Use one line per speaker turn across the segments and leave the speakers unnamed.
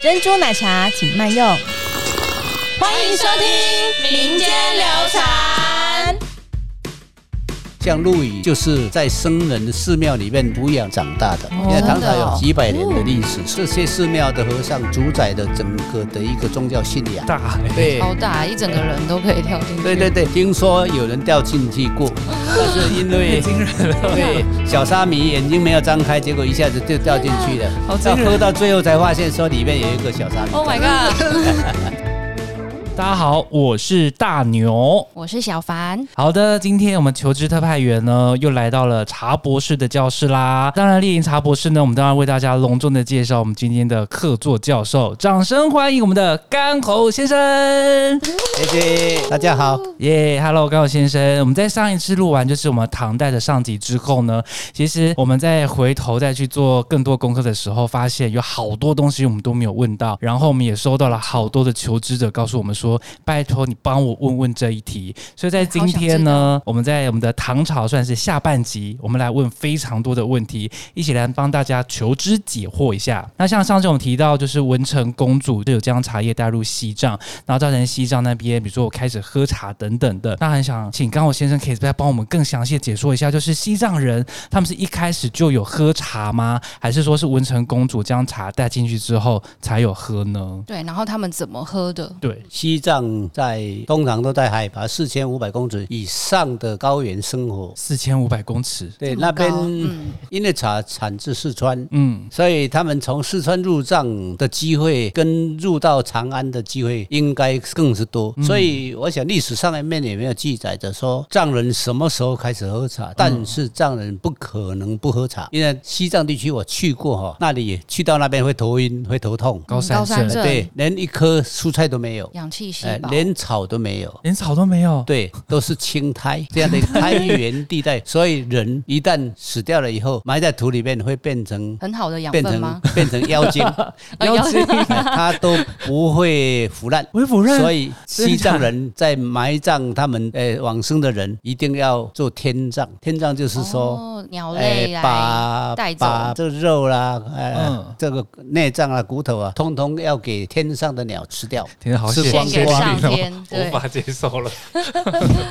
珍珠奶茶请慢用。欢迎收听
民间流传。
像陆羽就是在僧人的寺庙里面抚养长大的。你看唐朝有几百年的历史，这些寺庙的和尚主宰的整个的一个宗教信仰。
大海，
对
好大，一整个人都可以跳进去。
对对对，听说有人掉进去过，但是因为
惊人了，
对小沙弥眼睛没有张开，结果一下子就掉进去了。
好
到
惊
喝
人！
到最后才发现说里面有一个小沙弥。
Oh my god！
大家好，我是大牛。
我是小凡，
好的，今天我们求职特派员呢又来到了茶博士的教室啦。当然，丽颖茶博士呢，我们当然为大家隆重的介绍我们今天的客座教授，掌声欢迎我们的干侯先生。
谢谢大家好。
耶、h e l l o 高先生，我们在上一次录完就是我们唐代的上集之后呢，其实我们在回头再去做更多功课的时候，发现有好多东西我们都没有问到，然后我们也收到了好多的求职者告诉我们说，拜托你帮我问问这一题。所以在今天呢，我们在我们的唐朝算是下半集，我们来问非常多的问题，一起来帮大家求知解惑一下。那像上次我们提到，就是文成公主就有将茶叶带入西藏，然后造成西藏那边，比如说我开始喝茶等等的。那很想请刚我先生可以再帮我们更详细的解说一下，就是西藏人他们是一开始就有喝茶吗？还是说是文成公主将茶带进去之后才有喝呢？
对，然后他们怎么喝的？
对，
西藏在通常都在海拔四千五百公尺以上的高原生活，
四千五百公尺，
对
这么
那边
高嗯，
因为茶产自四川，
嗯，
所以他们从四川入藏的机会跟入到长安的机会应该更是多。
嗯
所以我想历史上面也没有记载着说藏人什么时候开始喝
嗯
茶，但是藏人不可能不喝茶，因为西藏地区我去过哈，那里也去到那边会头晕、会头痛，
高
嗯
山
高山
症，
症
对，连一颗蔬菜都没有，
氧气细
哎
胞。
连草都没有。
连草都没有。
对，都是青苔这样的苔原地带，所以人一旦死掉了以后，埋在土里面会变成
很好的养
变
分
成
吗？
变成妖 精，
呃
妖精
哎它都不会腐 烂。
我否认，
所以西藏人在埋葬他们呃往生的人，一定要做天葬。天葬就是说，
哦鸟
哎
类来
把
带走
把这个肉啦，呃
嗯，
这个内脏啊、骨头啊，通通要给天上的鸟吃掉。
天哪，好
吃
血
光
献给
光
上
淋哦
天，对
无，法接受了。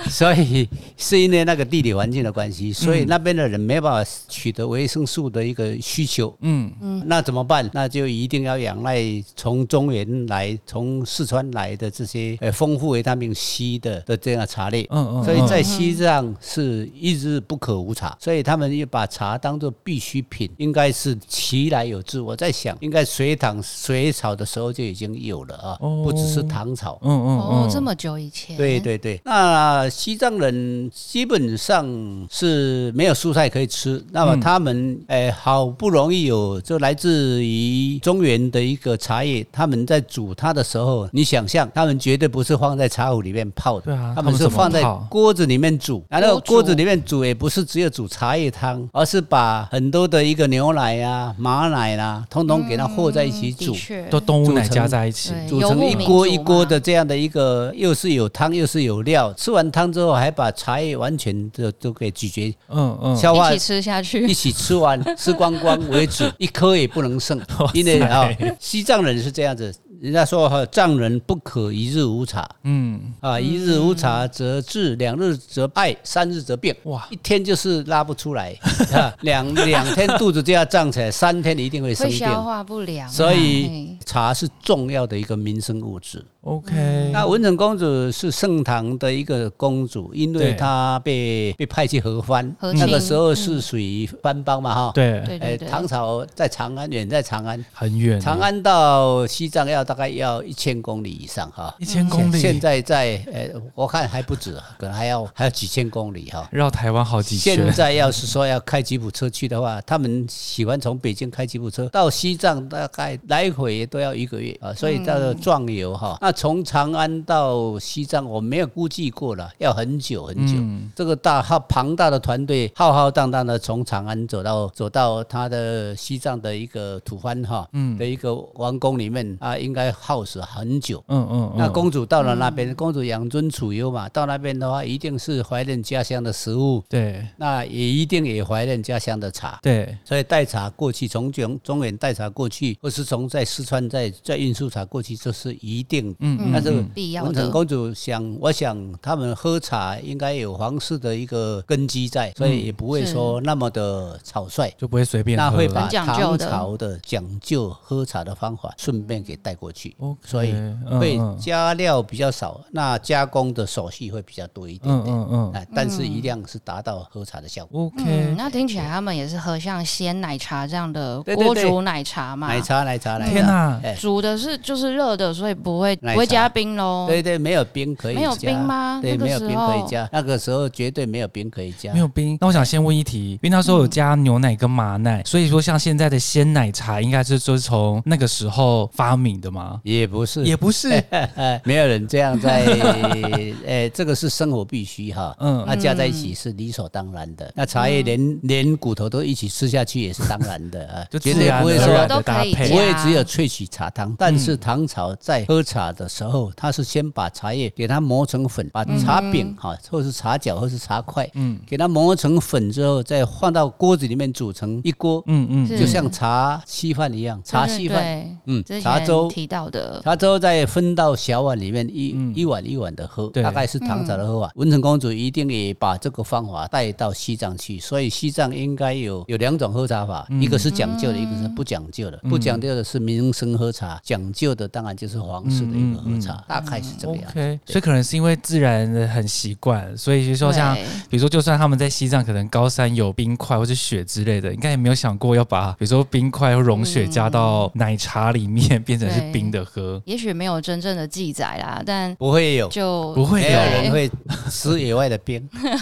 所以是因为那个地理环境的关
嗯
系，所以那边的人没办法取得维生素的一个需求。
嗯，
那怎么办？那就一定要仰赖从中原来、从四川来的这些呃丰富维他命 C 的的这样的茶类。
嗯嗯，
所以在
嗯
西藏是一日不可无茶，所以他们也把茶当做必需品，应该是其来有之。我在想，应该隋唐隋朝的时候就已经有了啊，
哦
不只是唐朝。
嗯嗯
哦
嗯，，
这么久以前，
对，对对，那西藏人基本上是没有蔬菜可以吃，那么
嗯
他们诶、呃好不容易有就来自于中原的一个茶叶，他们在煮它的时候，你想象他们绝对不是放在茶壶里面泡的，
对啊
他们
他们
是
怎么
放在
泡
锅子里面煮，然后
锅煮
锅子里面煮也不是只有煮茶叶汤，而是把很多的一个牛奶啊、马奶啦、通通给它和在一起
嗯的
嗯
煮。
确，
都动物奶
组成
加在一起，
对
煮成一锅一锅的这样的一个，又是有汤又是有料。吃完汤之后，还把茶叶完全的都给咀嚼、
嗯嗯，
消化
一起，吃下
一
去，
起吃 完，吃光光为止，一颗也不能剩。因为啊，西藏人是这样子，人家说哈，藏人不可一日无茶
嗯，
啊，一日无茶则治，两日则败，三日则病。
哇
啊
一，天就是拉不出 来，啊两两天肚子就要胀起来，三天你一定会生
会
病。
消化不良啊，
所以
嘿
茶是重要的一个民生物质。
OK，
那文成公主是盛唐的一个公主，因为
对
她被被派去合欢，
和
那个
亲
时候是属于番邦嘛哈。
对，
对
哎，
对对，嗯
唐朝在长安，远在长安，
很远，
长安到西藏要大概要一千公里以上哈。
一
嗯
千公里，
现在在呃，我看还不止啊，可能还要还有几千公里哈。
绕台湾好几圈
现，在要是说要开吉普车去的话，他们喜欢从北京开吉普车到西藏，大概来回都要一个月啊，所以叫做壮游
嗯
哈。那从长安到西藏，我没有估计过了，要很久很久。
嗯
这个大浩庞大的团队，浩浩荡荡的从长安走到走到他的西藏的一个吐蕃哈，
嗯
的一个王宫里面啊，应该耗时很久。
嗯嗯，
那
嗯
公主到了那边，公主养尊处优嘛，到那边的话，一定是怀念家乡的食物，
对
那也一定也怀念家乡的茶。
对
所以带茶过去，从中中原带茶过去，或是从在四川再再运输茶过去，这是一定。
嗯嗯
但是
嗯
必要
文成
的。
公主想，我想他们喝茶应该有皇室的一个根基在，所以也不会
嗯是
说那么的草率。
就不会随便
那
喝
会把
很讲究
唐
的
朝的讲究喝茶的方法顺便给带过去，
OK，
所以
嗯
会
嗯
加料比较少，那加工的手续会比较多一点
嗯
点，
嗯嗯
哎，但是一样是达到喝茶的效果。
嗯，
，OK，
那听起来他们也是喝像鲜奶茶这样的
对对
锅
对
煮奶茶嘛，
奶茶，奶茶，奶茶！
天哪
哎，
煮的是就是热的，所以不会
奶茶
不会加冰喽。
对对，没有冰可以
哦没
加，
有冰吗
对，
那个
没
时
有
候
冰可以加，那个时候绝对没有冰可以加
没。有冰。那我想先问一题，因为那时
嗯
候有加牛奶跟马奶，所以说像现在的鲜奶茶应该是就是从那个时候发明的吗？
也不是，哎
也不是，
没有人这样 在，哎，这个是生活必须哈。
嗯
那加在一起是理所当然的。那茶叶连连骨头都一起吃下去也是当然 的啊，
就
绝
自
对
然
不
而
会
什么
说
然的
都
搭
可以
配嗯
不
加。
会只有萃取茶汤，但是唐朝在喝茶的时候，他是先把茶叶给它磨成粉，把茶饼哈，或是茶角，或是茶块，
嗯
给它磨成粉之后，再放到锅子里面煮成一锅，
嗯嗯，
是
就像茶稀饭一样，茶稀饭，
对，
嗯
对对之，
茶
前
粥。
提到的，
茶粥再分到小碗里面一、
嗯
一碗一碗的喝，
对嗯
大概是唐朝的喝法。文成公主一定也把这个方法带到西藏去，所以西藏应该有有两种喝茶法，
嗯
一个是讲究的，一个是不讲究的。不讲究的是民生喝茶，讲究的当然就是皇室的
嗯
一个喝茶，大概是这个样子。
OK，所以可能是因为自然的很习惯，所以就说像
对
比如说，就算他们在西藏可能高山有冰块或者雪之类的，应该也没有想过要把比如说冰块或融雪加到奶茶里面，变成是冰的喝。
也许没有真正的记载啦，但
不会有，
就
不会哦
没有人
有
会吃野外的 冰，对，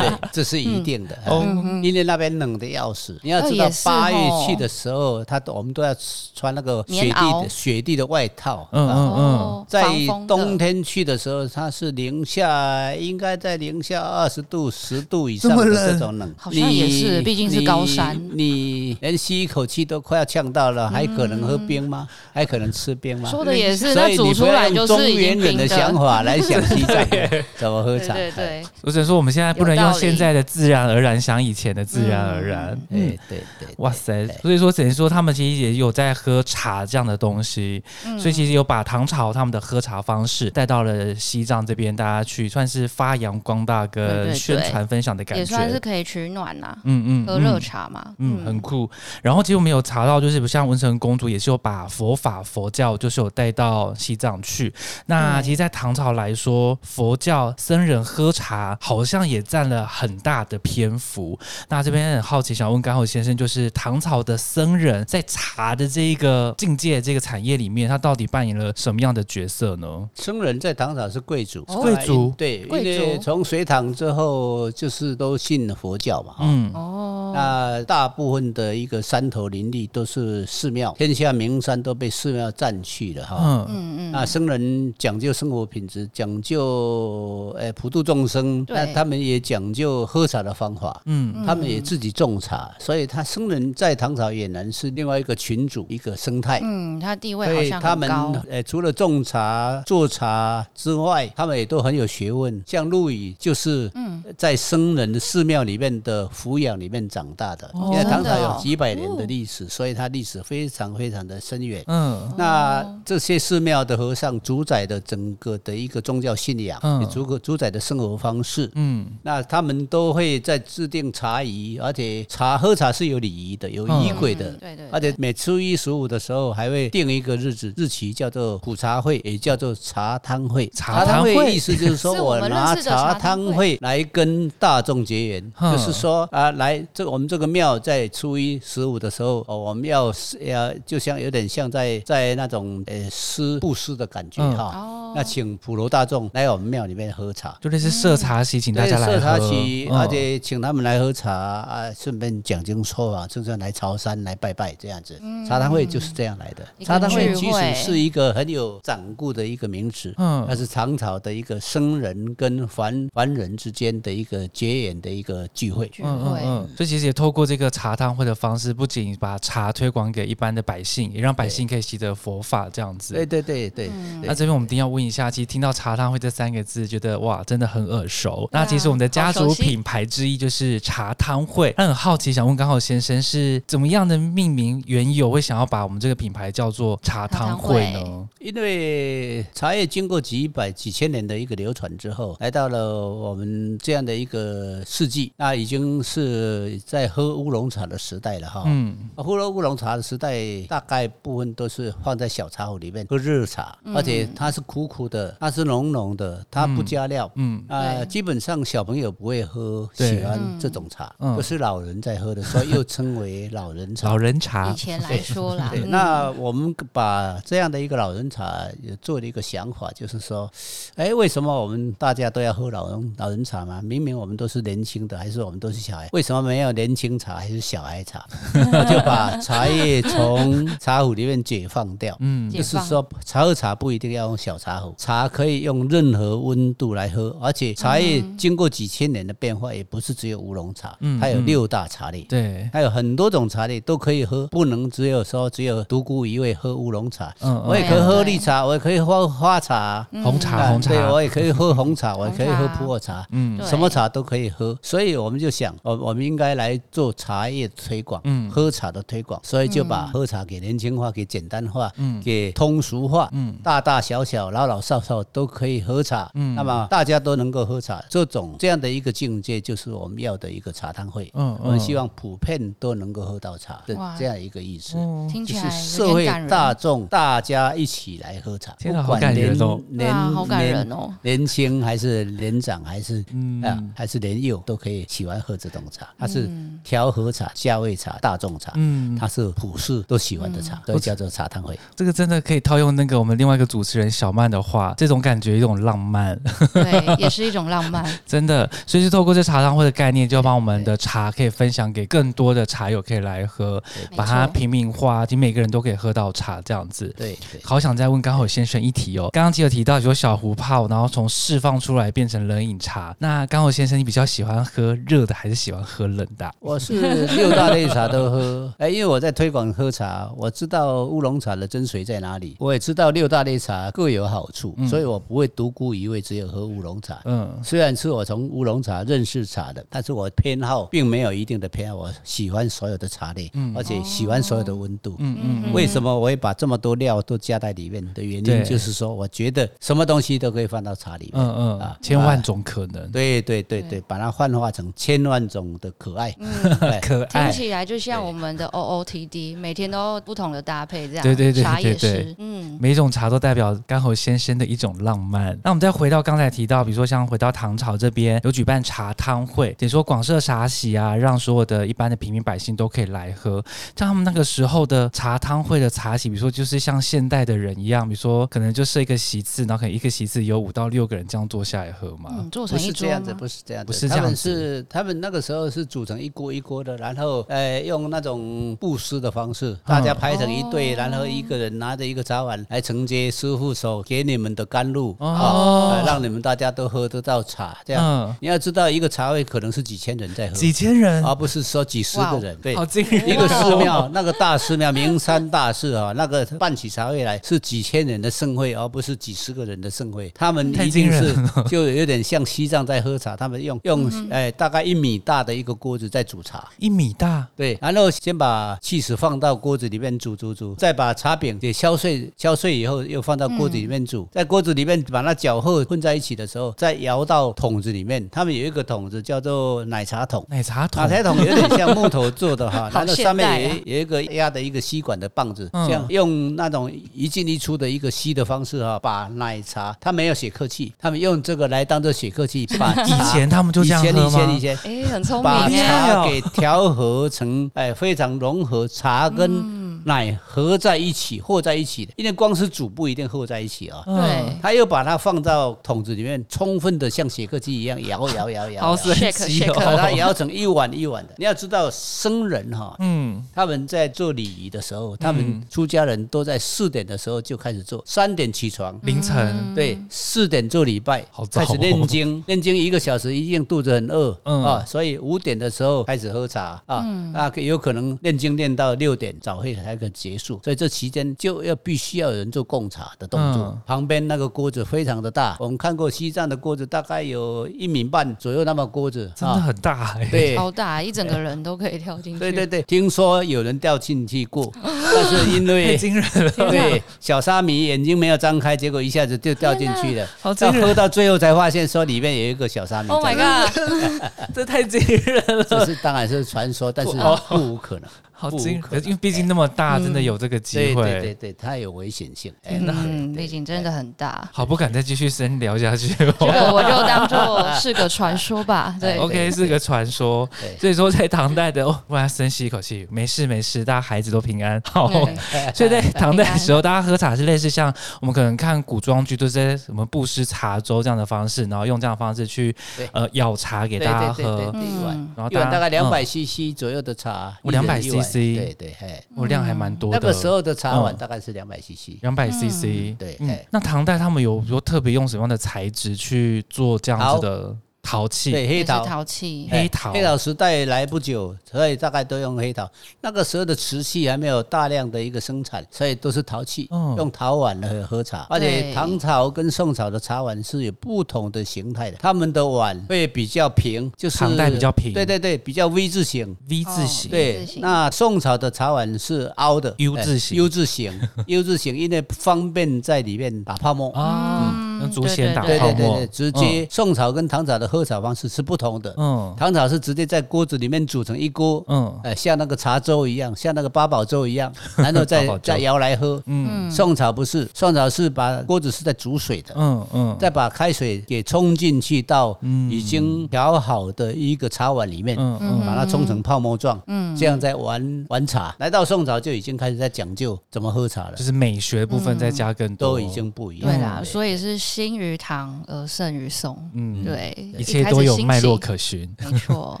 对这是一定的。嗯
哦，
因为那边冷的要死，你要
嗯哦
知道
也是哦
八月去的时候，他都我们都要穿那个雪
棉
地
袄
的雪地的外套。
嗯
啊
嗯嗯，
哦
在
防风的
冬天去的时候，它是零下，应该在零下二十度、十度以上
这么
的
冷
这种冷。
好像也是
你
毕竟是高山
你你连吸一口气都快要呛到了，还可能喝冰吗？还可能吃冰吗？
说的也是，
所
那
以
煮
你
出
不要
来
用
就
中
是已
原
经
人
冰
的想
的。
法来想西藏 怎么喝
对
茶。
对
哎
对，
我只能说我们现在不能
有
用
道理
现在的自然而然想以前的自然而然。
哎，对对对，
嗯哇塞！所以说，只能说他们其实也有在喝茶这样的东西，
嗯
所以其实有把唐朝他们的喝茶方式带到了西藏这边，大家去算是发扬光大
对对
跟
对
宣传分享的感觉。
也算是可以取暖啦，
嗯嗯，
喝热
嗯
茶嘛。
嗯，很酷。然后其实我们有查到，就是像文成公主也是有把佛法、佛教，就是有带到西藏去。那
嗯
对
其实，在唐朝来说，佛教僧人喝茶好像也占了很大的篇幅。那这边很好奇，想问刚好先生，就是唐朝的僧人在茶的这一个境界、这个产业里面，他到底扮演了什么样的角色呢？
僧人在唐朝是贵族，
哦
贵族
对，因
贵族
为从隋唐之后就是都信佛教嘛，哈、
嗯，
哦，
那大部分的一个山头林立都是寺庙，天下名山都被寺庙占去了哈。
嗯
嗯嗯，
那僧人讲究生活品质，讲究呃普度众生，
对
那他们也讲究喝茶的方法。
嗯
他们也自己种茶，所以他僧人在唐朝俨然是另外一个群主一个生态。
嗯，他地位
所
好
以
像
他
很
们
高，
呃，除了种茶、做茶之外，他们也都很有学问。像陆羽就是
嗯
在僧人的寺庙里面的抚养里面长大的，
哦
因为唐朝
真的
有
哦哦
几百年的历史，所以它历史非常非常的深远。
嗯
那这些寺庙的和尚主宰的整个的一个宗教信仰，
嗯
也主主宰的生活方式。
嗯
那他们都会在制定茶仪，而且茶喝茶是有礼仪的，有
嗯
仪轨的。
嗯对对，
而且
对
每初一十五的时候，还会定一个日子，日期叫做普茶会，也叫做茶汤会。
茶汤
会
会
意思就是说
是我
我
们
拿
认识的茶
茶
汤
汤
会
会来跟大众结缘，
哼
就是说啊，来这我们这个庙在初一十五的时候，哦，我们要要就像有点像在在那种呃施布施的感觉
嗯
哈。
哦
啊那请普罗大众来我们庙里面喝茶。
就类似设茶席，请大
嗯对，
家来喝。
社茶席，
嗯
而且请他们来喝茶啊，顺便讲经说法，甚至来朝山来拜拜这样子。茶汤会就是这样来的。
嗯一个
茶汤会
聚
其实
会
是一个很有掌故的一个名词，
嗯
它是唐朝的一个僧人跟凡凡人之间的一个结缘的一个聚会。
聚会，
嗯，所以其实也透过这个茶汤会的方式，不仅把茶推广给一般的百姓，也让百姓可以吸的佛法这样子。
对对对对，
嗯
那这边我们一定要问一下，其实听到茶汤会这三个字，觉得哇，真的很耳熟。
对啊
那其实我们的家
好
族
熟悉
品牌之一就是茶汤会。那很好奇，想问刚好先生是怎么样的命名缘由，会想要把我们这个品牌叫做茶汤会
茶
呢？
因为茶叶经过几百几千年的一个流传之后，来到了我们这样的一个世纪，那已经是在喝乌龙茶的时代了哈。
嗯，
啊，呼噜乌龙茶的时代，大概部分都是放在小茶壶里面喝热茶，而且它是苦苦的，它是浓浓的，它不加料。
嗯嗯
啊、
对
基本上小朋友不会喝，
对
喜欢这种茶，
嗯
都是老人在喝的，所以又称为老人茶
老。人茶
以，前来说
啊
啦，
对，
嗯
那我们把这样的一个老人茶也做了一个想法，就是说，哎，为什么我们大家都要喝老人老人茶嘛？明明我们都是年轻的，还是我们都是小孩，为什么没有年轻茶还是小孩 茶？那就把茶叶从茶壶里面解放掉。
嗯
解
就是
放
说，茶喝茶不一定要用小茶壶，茶可以用任何温度来喝，而且茶叶经过几千年的变化，也不是只有乌龙茶，
嗯
它有
嗯
六大茶类。
对，
还有很多种茶类都可以喝，不能只有说只有独孤一味喝乌龙茶。
嗯
我也可以喝绿茶，我也可以喝花茶，
嗯，红茶
啊
红
对，
茶，
我也可以喝红茶，我也可以喝
红茶
普洱茶，
嗯
对
什么茶都可以喝。所以我们就想，我我们应该来做茶叶推广，
嗯
喝茶的推广，所以就
嗯
把喝茶给年轻化，给简单化，
嗯
给通俗化，
嗯
大大小小、老老少少都可以喝茶。
嗯
那么大家都能够喝茶，这种这样的一个境界，就是我们要的一个茶汤会。
嗯
我们希望普遍都能够喝到茶的
哇
这样一个意思。
嗯
听
就
起
是
来
社
有
会
点感人，
大众大家一起来喝茶，
天
不
啊好
管
感
年
人哦
对啊，好感人
年
哦。
年轻还是年长还是
嗯
啊还是年幼都可以喜欢喝这种茶，
嗯
它是调和茶、夏味茶、大众茶，
嗯，
它是普世都喜欢的
嗯
茶，所以叫做茶汤会。
这个真的可以套用那个我们另外一个主持人小曼的话，这种感觉有一种浪漫。
对，也是一种浪漫。
真的，所以就透过这茶汤会的概念，就要把我们的茶可以分享给更多的茶友可以来喝， 把它
没错
平民化，就每个人都可以喝到茶这样子。
对对。
好想再问刚好先生一题哦，刚刚只有提到有小壶泡，然后从释放出来变成冷饮茶。那刚好先生，你比较喜欢喝热的还是喜欢喝冷的啊？
我 是六大类茶都喝，哎，因为我在推广喝茶，我知道乌龙茶的精髓在哪里，我也知道六大类茶各有好处，所以我不会独孤一味，只有喝乌龙茶。
嗯
虽然是我从乌龙茶认识茶的，但是我偏好并没有一定的偏好，我喜欢所有的茶类，而且喜欢所有的温度。
嗯嗯
为什么我会把这么多料都加在里面的原
对
因，就是说我觉得什么东西都可以放到茶里面。
嗯嗯
啊，
千万种可能，
对对对对，把它幻化成千万种的可爱。
嗯
哎对
可
听
爱。
起来就像我们的 OOTD，每天都不同的搭配，这样
对对对
茶也
对对
是，嗯，
每一种茶都代表干侯先生的一种浪漫。那我们再回到刚才提到，比如说像回到唐朝这边有举办茶汤会，等于说广设茶席啊，让所有的一般的平民百姓都可以来喝。像他们那个时候的茶汤会的茶席，比如说就是像现代的人一样，比如说可能就设一个席次，然后可能一个席次有五到六个人这样坐下来喝嘛。
嗯，做
不
成
是
一
这
桌
样子，
吗
不是这样子，
不是这
他
样
们
子
是他们那个时候是煮成一锅一锅的，然后呃用那种布施的方式，
嗯
大家排成一队，然后一个人拿着一个茶碗来承接师傅手给你们的甘露，
哦
呃让你们大家都喝得到茶。这样，
嗯，
你要知道一个茶会可能是几千人在喝，
几千人，
而不是说几十
哇
个
哦，
人。对
好，惊人！
一个寺庙，那个大寺庙，名山大寺啊，那个办起茶会来是几千人的盛会，而不是几十个人的盛会。他们
太
一
惊
定
人
是就有点像西藏在喝茶，他们 用用哎大概一米大的一个锅子在煮茶。
一米大，
对，然后先把气死放到锅子里面煮煮煮，再把茶饼给敲碎，敲碎以后又放到锅子里面煮，在锅子里面把它搅和混在一起的时候，再摇到桶子里面。他们有一个桶子叫做奶茶桶，
奶茶桶
塔，啊台桶有点像木头做的哈然 后
好现
上面
代
有
啊
一有一个压的一个吸管的棒子，
嗯
这样用那种一进一出的一个吸的方式哈，把奶茶，他没有写客气，他们用这个来当做写客气，把
以
茶
前他们就这样
以前
喝
以前
吗
以前
哎，很聪明
把
厉害
哎，
哦
茶给调和成哎非常融合茶
嗯
跟奶合在一起和在一起的，因为光是煮不一定和在一起啊。
嗯
对
他又把它放到桶子里面，充分的像写客气一样摇摇摇摇，
好
摇
神
Shake，
奇
shake
把它
哦，
摇成一碗一碗的。你要知道，僧人哈、
嗯，
他们在做礼仪的时候，他们
嗯
出家人都在四点的时候就开始做，三点起床，
凌晨。
对，四点做礼拜
嗯好，早哦
开始念经，念经一个小时，一定肚子很饿
嗯
啊，所以五点的时候开始喝茶啊，啊，有可能念经念到六点，早会才个结束，所以这期间就要必须要有人做贡茶的动作。
嗯
旁边那个锅子非常的大，我们看过西藏的锅子大概有一米半左右那么锅子，啊
真的很大哎、
对。
超大，一整个人都可以跳进去。
对对对，听说有人掉进去过，但是因为
哎太惊人了，
对，小沙弥眼睛没有张开，结果一下子就掉进去了。
好
到
惊
喝
人，
到最后才发现，说里面有一个小沙弥。
，Oh my god！
这太惊人了，
这是当然是传说，但是不无可能。
好
不
惊
可
人，嗯
能
因为毕竟那么大，真的有这
对
个机会。
对对对，它有危险性。哎，
嗯，
对
毕竟真的很大。
好，不敢再继续深聊下去
这
哦。
个我就当做是个传说吧。对，
OK，是个传说，
对
所以说在唐代的哦，我要深吸一口气，没事没事，大家孩子都平安。好，
对
所以在唐代的时候，大家喝茶是类似像我们可能看古装剧，就是在什么布施茶粥这样的方式，然后用这样的方式去
对
呃舀茶给
对
大家
对对
喝
对，。对一碗
嗯
然后
一碗大概两百
嗯
CC 左右的茶，
我
一人
200
一碗
CC
对对，哎，
我嗯哦量还蛮多的。
那个时候的茶碗
嗯
大概是两百 CC。
两百 CC，
对
嗯
哎
那唐代他们有有特别用什么样的材质去做这样子的陶器？
对，
也
黑
是
桃
淘气。
黑桃，
哎黑，桃时代来不久，所以大概都用黑桃。那个时候的瓷器还没有大量的一个生产，所以都是陶器，
嗯
用陶碗来喝茶。而且
对
唐朝跟宋朝的茶碗是有不同的形态的，他们的碗会比较平，就是
唐代比较平
对对对，比较 V 字形。
V 字
哦
形，
对
字，形
那宋朝的茶碗是凹的
U
哎
字形
，U 字形 ，U 字形，因为方便在里面打泡沫。
啊，
嗯
用竹弦打
对
泡
对对
沫
对，，直接宋朝跟唐朝的喝茶方式是不同的。
嗯
唐朝是直接在锅子里面煮成一锅，
嗯
呃，像那个茶粥一样，像那个八宝粥一 样，然后再
八宝粥
再摇来喝。
嗯
嗯，
宋朝不是，宋朝是把锅子是在煮水的，
嗯嗯，
再把开水给冲进去到
嗯
已经调好的一个茶碗里面，
嗯嗯
把它冲成泡沫状，
嗯
这样再玩玩茶。来到宋朝就已经开始在讲究怎么喝茶了
就，是美学部分
嗯
再加更多，
都已经不一样
对
了。
啦，所以是兴于唐而呃胜于宋。
嗯，
对，开
一切
始
都有
兴
脉络
起。
可循。
没 错，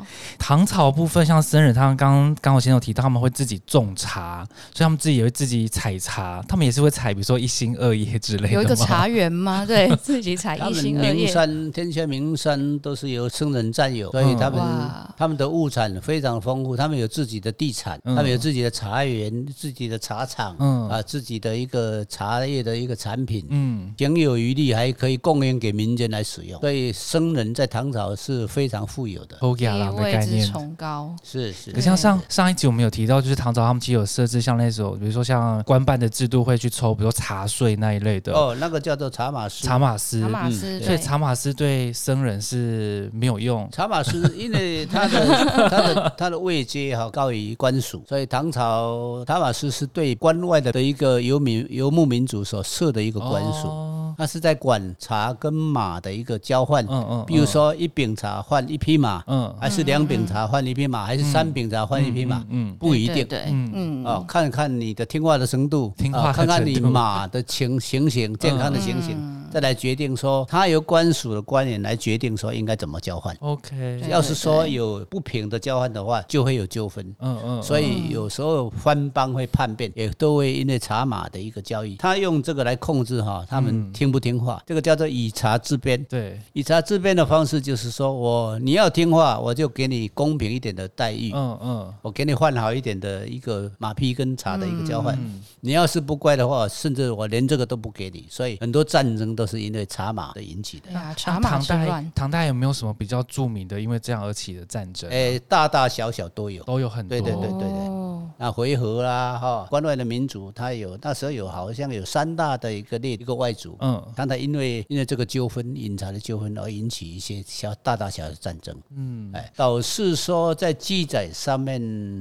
唐朝部分像僧人，他们刚刚我先有提到，他们会自己种茶，所以他们自己也会自己采茶，他们也是会采，比如说一心二叶之类的吗。
有一个茶园吗？对自己采
他
一
们
心二
名
叶，
山天下名山都是由僧人占有，所
嗯
以他们、
哇
他们的物产非常丰富，他们有自己的地产，
嗯
他们有自己的茶园、自己的茶厂，
嗯
啊，自己的一个茶叶的一个产品。
嗯，
行有余力，还可以供应给民间来使用，所以僧人在唐朝是非常富有的。
欧
地
亚郎的
位
概
之
念。
崇高。
是是
哦可，像上上一集我们有提到，就是唐朝他们其实有设置像那种，比如说像官办的制度会去抽，比如说茶税那一类的、
哦，那个叫做茶马师。
茶马司
塔。马
嗯
斯，
所以
对
茶马司对僧人是没有用，
茶马师，因为他的他的他的位阶哈高于官署，所以唐朝茶马师是对关外的的一个游民游牧民族所设的一个官署，
哦
那是在管茶跟马的一个交换。
嗯嗯，
比如说一饼茶换一匹马，
嗯，嗯
还是两饼茶换一匹马，还是三饼茶换一匹马，
嗯，嗯
不一
对
定。
对，
嗯
嗯，
哦，看看你的听话的程度，
听
啊
话的
看看
程
你
度嗯
马的情情形，健康的情
嗯
形，再来决定说，他由官署的官员来决定说应该怎么交换。
OK，
对
要是说有不平的交换的话，就会有纠纷。
嗯嗯，
所以有时候翻帮会叛变，也都会因为茶马的一个交易，他用这个来控制哈，
嗯
他们听不听话，这个叫做以茶治边。
对，
以茶治边的方式就是说我你要听话，我就给你公平一点的待遇，
嗯嗯
我给你换好一点的一个马匹跟茶的一个交换。
嗯，
你要是不乖的话，甚至我连这个都不给你。所以很多战争都是因为茶马的引起的。
对啊，茶
那
马
唐
之
代
乱，
唐代有没有什么比较著名的因为这样而起的战争？
诶、大大小小都有。
都有很多，
哎对对对对对。
哦
那啊回纥啦，哈，关外的民族，他有那时候有好像有三大的一个列一个外族，
嗯
刚才因为因为这个纠纷，饮茶的纠纷而引起一些小大大小小的战争。
嗯
哎，导是说在记载上面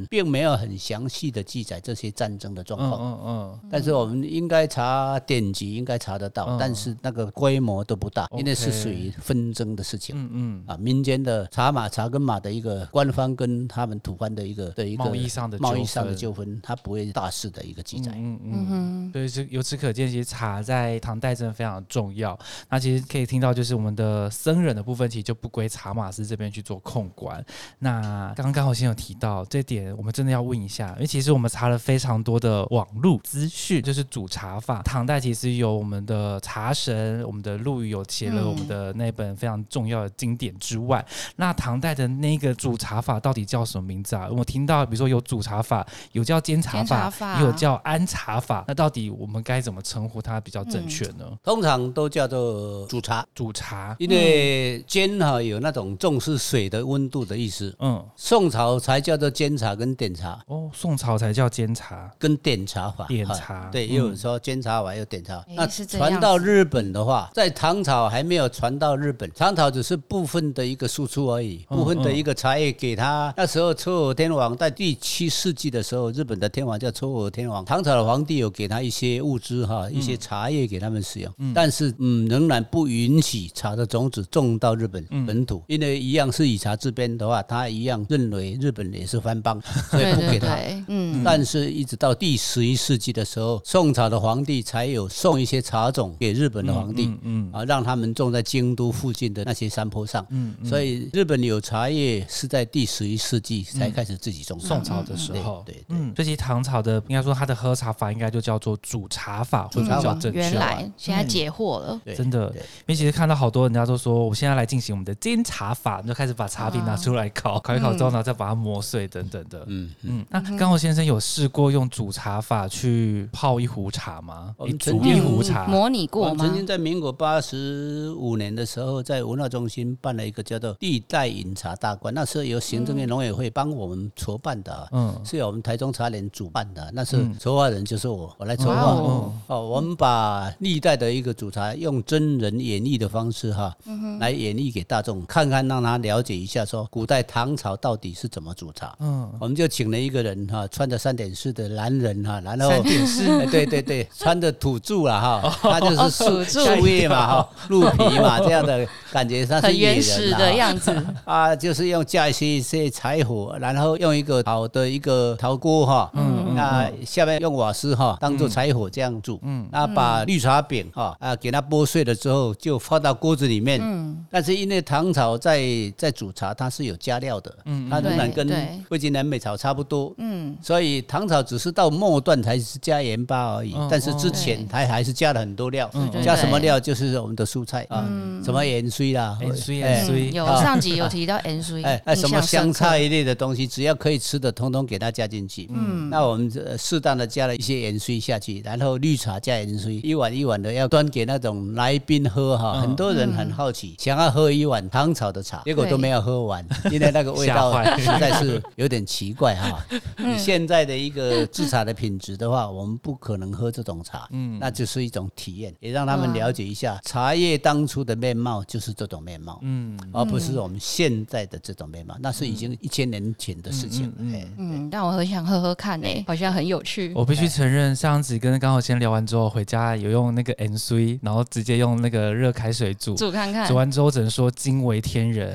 并没有很详细的记载这些战争的状
嗯
况，
嗯嗯，
但是我们应该查典籍应该查得到，
嗯
但是那个规模都不大，因为是
OK
属于纷争的事情。
嗯嗯，
啊，民间的茶马茶跟马的一个官方跟他们土方的一个的一个
贸易上的
贸易
纠
上的
纷
纠纷，它不会大肆的一个记载。
嗯嗯
嗯哼，
对，这由此可见，其实茶在唐代真的非常重要。那其实可以听到，就是我们的僧人的部分，其实就不归茶马师这边去做控管。那刚刚好先有提到这点，我们真的要问一下，因为其实我们查了非常多的网络资讯，就是煮茶法。唐代其实有我们的茶神，我们的陆羽有写了我
嗯
们的那本非常重要的经典之外，那唐代的那个煮茶法到底叫什么名字啊？我听到比如说有煮茶法，有叫监察
监察
法，
法
也有叫安察法。那到底我们该怎么称呼它比较正确呢？
通常都叫做煮茶，
煮茶，
因为煎哈有那种重视水的温度的意思。
嗯，
宋朝才叫做煎茶跟点茶，
哦，宋朝才叫监察，
跟点茶法。
点
哈
茶
对，
嗯
又有说煎茶法，又有点茶。
诶
那
是这样
传到日本的话，在唐朝还没有传到日本，唐朝只是部分的一个输出而已，
嗯
部分的一个茶叶给他。那时候车尔天王在第七世纪的时候，日本的天王叫车尔天王，唐朝的皇帝有给他一些物资哈，一些茶叶给他们使用，但是嗯，仍然不允许茶的种子种到日本本土，因为一样是以茶治边的话，他一样认为日本也是藩 邦，所以
对
不
对
给他。
对，嗯，
但是，一直到第十一世纪的时候，宋朝的皇帝才有送一些茶种给日本的皇帝，
嗯嗯
啊，让他们种在京都附近的那些山坡上。
嗯，嗯
所以，日本有茶叶是在第十一世纪才开始自己种。
嗯宋朝的时候，
对对对
嗯，所以其实唐朝的应该说它的喝茶法应该就叫做煮茶法，会比较正确啊。
嗯原
嗯
来现在解惑了，
对
真的
对，
因为其实看到好多人家都说，我现在来进行我们的煎茶法，你就开始把茶饼拿出来烤，烤一烤之后，然后再把它磨碎等等的。
嗯，
嗯，那刚好先生有试过用煮茶法去泡一壶茶吗？
我
诶
们
煮
曾
一
经
壶茶，
嗯模拟
我
过
们
吗
哦曾？经在民国八十五年的时候，在文化中心办了一个叫做“地带饮茶大观”，那时候由行政院农委会帮我们筹办的啊，
嗯
是由我们台中茶联主办的。那时候
嗯
筹划人就是我，我来筹
哇
划。
哦
哦，我们把历代的一个主茶用真人演绎的方式哈，
嗯
来演绎给大众看看，让他了解一下说古代唐朝到底是怎么煮茶。
嗯，
我们就请了一个人哈，穿着三点式的男人哈，然后
三点式， 哦
哎对对对，穿着土著了哈，他 就是树
土著
树叶嘛哈，鹿皮嘛这样的感觉，他是
很
野
原
人
始
啊
的样子，
啊，就是用架一些一些柴火，然后用一个好的一个陶锅哈，
嗯
那下面用瓦斯哈当做柴火这样煮，嗯，那把绿茶饼哈啊给它剥碎了之后就放到锅子里面，嗯，但是因为唐朝在在煮茶它是有加料的，嗯，它仍然
对
跟
对
魏晋南北朝差不多，
嗯，
所以唐朝只是到末段才是加盐巴而已，
嗯
但是之前
嗯
它还是加了很多料，
对
加什么
对
料就是我们的蔬菜啊，什么盐水啦，
盐水
哎
盐水所以
嗯有
啊
上集有提到 N C，
哎哎，什么香菜一类的东西，只要可以吃的，通通给它加进去。嗯，那我们呃适当的加了一些盐水下去，然后绿茶加盐水，一碗一碗的要端给那种来宾喝哈。
嗯
很多人很好奇，想要喝一碗唐朝的茶，结果
对
都没有喝完，因为那个味
吓
道
坏
实在是有点奇怪 哈。
嗯
以现在的一个制茶的品质的话，我们不可能喝这种茶，嗯，那就是一种体验，也让他们
哇
了解一下茶叶当初的面貌就是这种面貌。
啊嗯，
而不是我们现在的这种面貌，那是已经一千年前的事情了。
嗯嗯嗯
哎
嗯，但我很想喝喝看诶，好像很有趣。
哦
我必须承认，上次跟刚好先聊完之后，回家有用那个 N C，然后直接用那个热开水煮，
煮看看
煮完之后只能说惊为天人，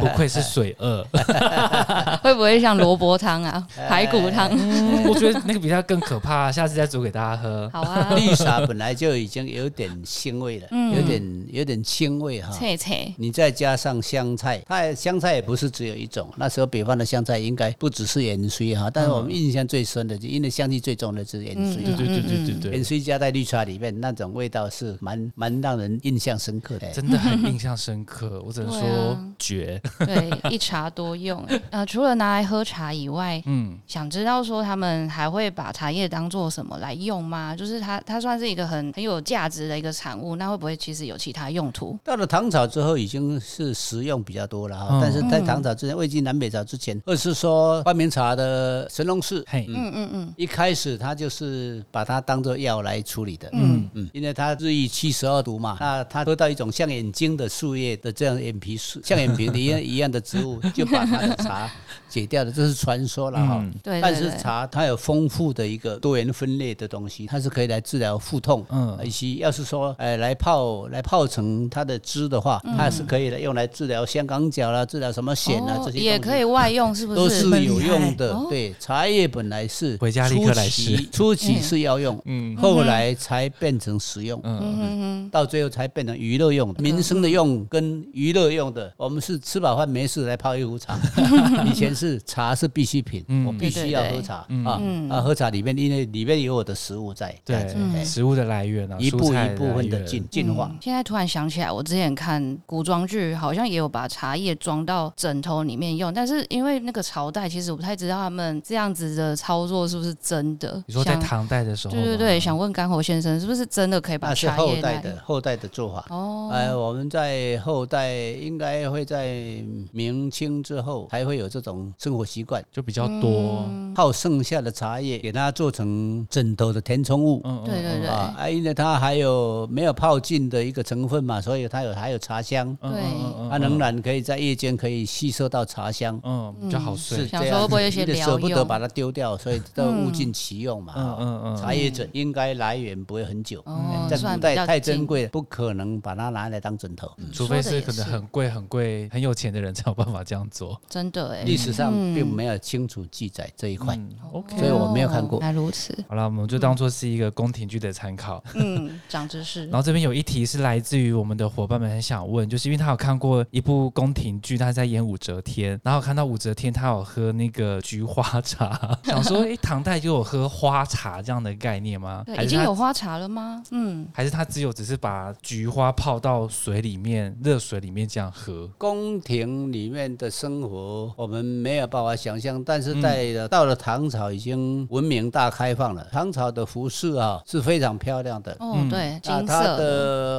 不愧是水 鳄。
会不会像萝卜汤 啊、
哎
排骨汤？
嗯我觉得那个比较更可怕，下次再煮给大家喝。
好啊，
绿茶本来就已经有点腥味了，
嗯
有点有点腥味哈。
脆脆，
你再加上香菜，它香菜也不是只有一种。那时候北方的香菜应该不只是盐水
嗯
哈，但是我们印象最深的，就因为香气最重的是盐水。
嗯
对对对对对
盐
对，
水加在绿茶里面，那种味道是蛮蛮让人印象深刻的。哎
真的很印象深刻，我只能
对
说
啊
绝。
对，一茶多用欸。呃，除了拿来喝茶以外，
嗯，
想知道说他们还会把茶叶当做什么来用吗？就是它，它算是一个很很有价值的一个产物，那会不会其实有其他用途？
到了唐朝之后，已经是食用比较多了哈、
嗯
但是在唐朝之前，魏晋南北朝之前，或者是说发明茶的神农氏，
嘿，
嗯嗯嗯，
一开始他就是把它当做药来处理的。
嗯
嗯嗯，因为它日益七十二毒嘛，那它喝到一种像眼睛的树叶的这样眼皮树， 像眼皮的一样一样的植物，就把它的茶解掉了，这是传说了哈、
嗯
对
但
对
是
对，
茶它有丰富的一个多元分类的东西，它是可以来治疗腹痛，
嗯
嗯，以及要是说，呃，来泡来泡成它的汁的话，
嗯
它是可以来用来治疗香港脚啦，治疗什么癣啊、
哦
这些东西
也可以外用，是不
都
是？
是有用的
哦。
对，茶叶本来是是
回家立刻来
初 期
试
初期是要用，
嗯
后来才变成食用。
嗯
嗯，
哼哼，
到最后才变成娱乐用的，民生的用跟娱乐用的，我们是吃饱饭没事来泡一 壶茶。以前是茶是必需品，
嗯
我必须要
对对对
喝茶
嗯
啊
嗯
啊，喝茶里面因为里面有我的食物在，这样子
对，
嗯
食物的来源啊，
一
蔬
步
菜
一部分的进进化
嗯。现在突然想起来，我之前看古装剧，好像也有把茶叶装到枕头里面用，但是因为那个朝代，其实我不太知道他们这样子的操作是不是真的。
你说在
想
唐代的时候吗，
对对对，想问干侯先生，是不是真的可以把
那是
茶
后
叶
代
来
的后代的做法。
哦，
哎，我们在后代应该会在明清之后才会有这种生活习惯，
就比较多。
嗯
嗯
靠剩下的茶叶给它做成枕头的填充物。
嗯，嗯
对对对，
啊，啊因为它还有没有泡尽的一个成分嘛，所以它有还有茶香，
嗯
对
嗯嗯嗯
它仍然可以在夜间可以吸收到茶香，
嗯比较好睡
是。
想
这
说
样
会不会
子
有一些
你得
疗
舍不得
用
把它丢掉，所以都物尽其用嘛。
嗯
啊
嗯嗯，
茶叶枕应该来源不会很久，
哦，
在
算
古
比
代
较
嗯
嗯
太
近
珍，贵了，不可能把它拿来当枕头。
除非是可能很贵很贵很有钱的人才有办法这样做。
真的哎，
历史上
嗯
并没有清楚记载这一块。
嗯，OK。
所以我没有看过
哦原来如此，
好了，我们就当做是一个宫廷剧的参考。
嗯，长知识
然。后这边有一题是来自于我们的伙伴们很想问，就是因为他有看过一部宫廷剧，他在演武则天，然后看到武则天她有喝那个菊花茶，想说，诶，唐代就有喝花茶这样的概念吗？
对，
还
已
是
经
他
有花茶了吗？嗯，
还是他只有只是把菊花泡到水里面，热水里面这样喝？
宫廷里面的生活，我们没有办法想象，但
嗯
是在了、到了唐朝已经文明大开放了。唐朝的服饰啊是非常漂亮的，
哦
嗯，
对，
啊，
金
它
色的，嗯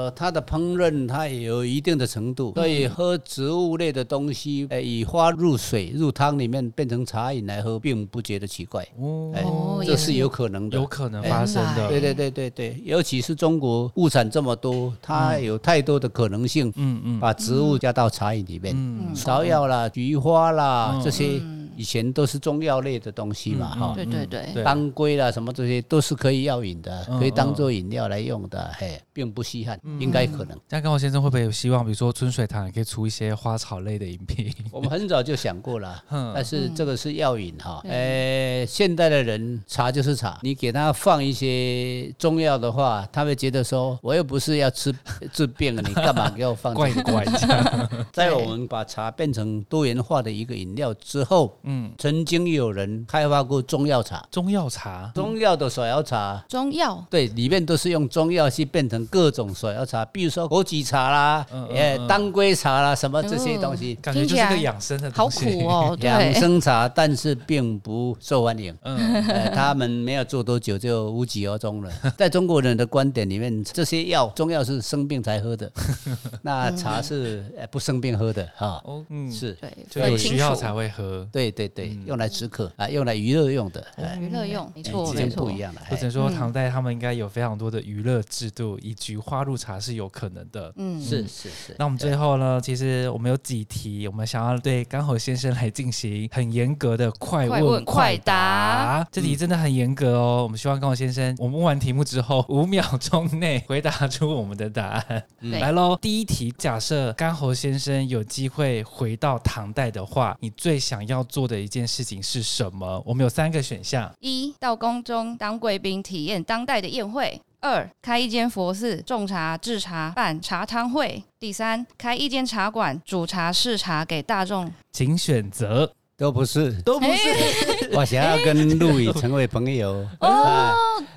的它的烹饪它也有一定的程度，所以喝植物类的东西，呃，以花入水入汤里面变成茶饮来喝，并不觉得奇怪，
哦
哎
哦
这是有可能的哎
有。可能发生的。
对对对对对，尤其是中国物产这么多，它有太多的可能性，
嗯
啊
嗯
把植物加到茶饮里面。
嗯，
芍药啦、菊花啦，
嗯
这些
嗯，
以前都是中药类的东西嘛，哈、
对对对，
对
当归啦什么这些都是可以药引的，
嗯
可以当做饮料来用的，嘿，并不稀罕，应该可能。
这样，高先生会不会有希望？比如说春水堂也可以出一些花草类的饮品。
哦
我们很早就想过 了，
嗯
但是这个是药引哈，
嗯
呃，现代的人茶就是茶，你给他放一些中药的话，他会觉得说，我又不是要吃 治病的，你干嘛给我放这个
怪 怪的，
在我们把茶变成多元化的一个饮料之后，
嗯，
曾经有人开发过中药茶，
中药茶，
中药的手摇茶。
中药，
对，里面都是用中药去变成各种手摇茶，比如说枸杞茶啦
嗯，嗯
呃
嗯，哦
当归茶啦，什么这些东西，
感觉就是个养生的
好
东西
苦。 哦，
养
对，
生茶，但是并不受欢迎。
嗯，
呃，他们没有做多久就无疾而终 了。在中国人的观点里面，这些药中药是生病才 喝的，那茶是呃不生病喝的哈，
哦， 嗯，
是
对，
就
分
有
清
需要
楚
才会喝。
对对对，用来止渴啊，用来娱乐用的，
嗯
哎
娱乐用，嗯没错
已
没
经
错
不一，样了。
或
哎
者说唐代他们应该有非常多的娱乐制度，以菊花入茶是有可能的。
嗯，
是是是，
那我们最后呢，其实我们有几题，我们想要对干侯先生来进行很严格的快
嗯快
问
问
快
快
答
答。嗯
这题真的很严格哦，我们希望干侯先生，我们问完题目之后，五秒钟内回答出我们的答案。
对
来喽，第一题，假设干侯先生有机会回到唐代的话，你最想要做的一件事情是什么？我们有三个选项。
一到宫中当贵宾，体验当代的宴会；二开一间佛寺，种茶、制茶、办茶汤会；第三开一间茶馆，煮茶试茶给大众。
请选择。
都不是，都不是。 我想要跟陆羽成为朋友哦，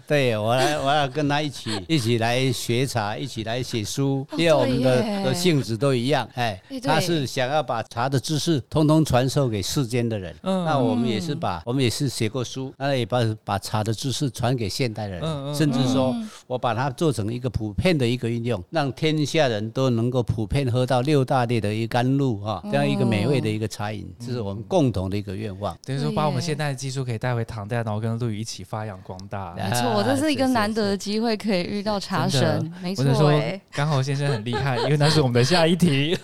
对我来， 我要跟他一起一起来学茶，一起来写书，因为我们的
对耶
的性质都一样。哎
哎，对
他是想要把茶的知识通通传授给世间的人。
嗯
那我们也是把我们也是写过书，那也把把茶的知识传给现代的
嗯嗯
人，甚至说我把它做成一个普遍的一个运用，让天下人都能够普遍喝到六大类的一个甘露啊，这样一个美味的一个茶饮，这是我们共同的一个愿望。
等于说，
哦
把我们现代的技术可以带回唐代，然后跟陆羽一起发扬光大。
哎
没错，这是一个
是是
难得的机会，可以遇到茶神，没
我
错
能说
哎，
刚好先生很厉害，因为那是我们的下一题。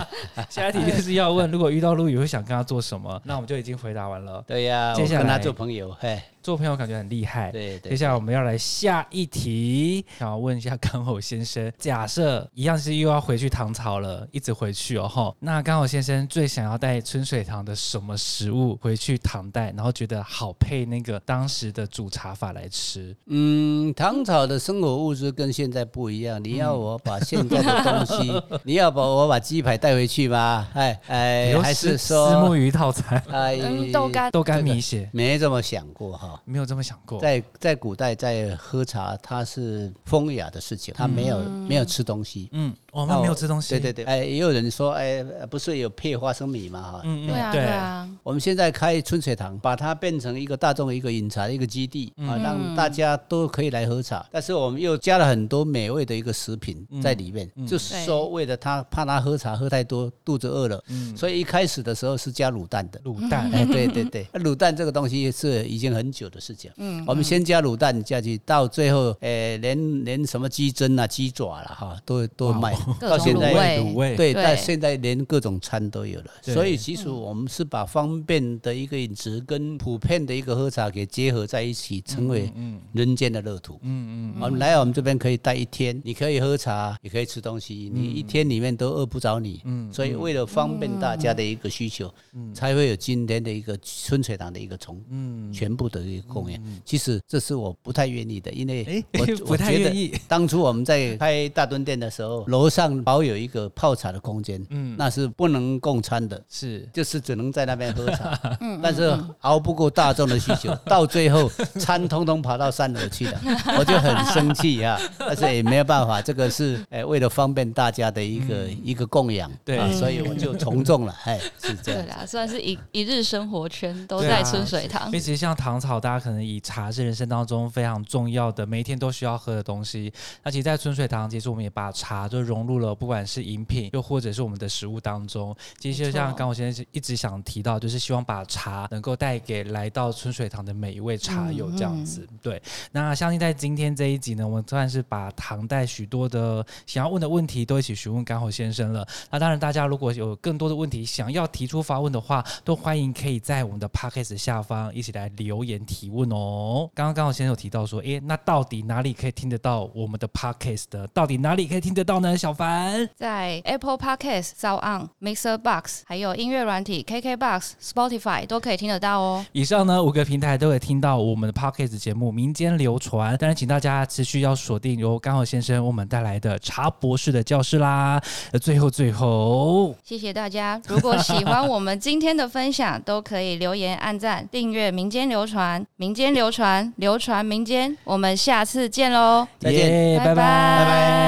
下 一题就是要问，如果遇到陆羽会想跟他做什么？那我们就已经回答完了。
对呀、
接
我
下来
跟他做朋友，嘿，
做朋友感觉很厉害。
对对
接下来我们要来下一题，想要问一下刚好先生，假设一样是又要回去唐朝了，一直回去哦吼，那刚好先生最想要带春水堂的什么食物回去唐代，然后觉得好配那个当时的煮茶法来吃？
嗯，唐朝的生活物资跟现在不一样。你要我把现在的东西，你要把我把鸡排带回去吗？哎
比
哎，
如
还是
丝丝木
说，
鱼 套餐，
哎
嗯，豆干
豆干米血，
没这么想过哈。
没有这么想过。
在在古代，在喝茶，它是风雅的事情，它没有、没有吃东西。
嗯，我们没有吃东西。
对对对，哎，也有人说，哎，不是有配花生米吗？哈、
嗯，嗯
对啊，对啊，
我们现在开春水堂，把它变成一个大众一个饮茶的一个基地、
嗯
啊，让大家都可以来喝茶。但是我们又加了很多美味的一个食品
嗯
在里面，就是说为了他怕他喝茶喝太多肚子饿了，所以一开始的时候是加卤蛋的。
嗯卤 蛋，
哎，对对对，卤蛋这个东西是已经很久的事情。
嗯
我们先加卤蛋下去，到最后，诶，连连什么鸡胗啊、鸡爪啦，哈，都都
哇
卖。
哦各
到
种
现
卤
在
味
卤味，
对，
对
但现在连各种餐都有了，
对
所以其实我们是把方便的一个饮食跟普遍的一个喝茶给结合在一起，成为
嗯
人间的乐土。
嗯嗯，
我们来我们这边可以待一天，你可以喝茶，也可以吃东西，你一天里面都饿不着你。
嗯
所以为了方便大家的一个需求，才会有今天的一个春水堂的一个从
嗯，
全部的一个供应。其实这是我不太愿意的，因 为
哎
我
不
我
太
觉得
愿意
当初我们在开大墩店的时候，楼上保有一个泡茶的空间，
嗯
那是不能供餐的。
是
就是只能在那边喝 茶，
嗯
但是熬不过大众的需求，到最后餐通通跑到三楼去了，我就很生气啊！但是也没有办法，这个是哎为了方便大家的一个、一个供养，
嗯对
啊，所以我就从众了，哎，是这样
对。啦，算是一一日生活圈都
对
在
啊
春水堂
因为。其实像糖炒，大家可能以茶是人生当中非常重要的，每一天都需要喝的东西。那其实，在春水堂，其实我们也把茶就融入了，不管是饮品，又或者是我们的食物当中。其实就像刚我先生一直想提到，就是希望把茶能够带给来到春水堂的每一位茶友这样子。对，那相信在今天这一集呢，我们算是把唐代许多的想要问的问题都一起询问干火先生了。那当然，大家如果有更多的问题想要提出发问的话，都欢迎可以在我们的 podcast 下方一起来留言提问哦。刚刚刚好先生有提到说，诶，那到底哪里可以听得到我们的 podcast 的？到底哪里可以听得到呢？小凡，
在 Apple Podcast、Sound On、Mixer Box，还有音乐软体 KK Box、Spotify 都可以听得到哦。
以上呢五个平台都可以听到我们的 podcast 节目《民间流传》，当然请大家持续要锁定由刚好先生为我们带来的茶博士的教室啦。呃，最后最后，
谢谢大家！如果喜欢我们今天的分享，都可以留言、按赞、订阅《民间流传》，民间流传，流传民间。我们下次见喽！
再见
哎耶拜
拜拜
拜
拜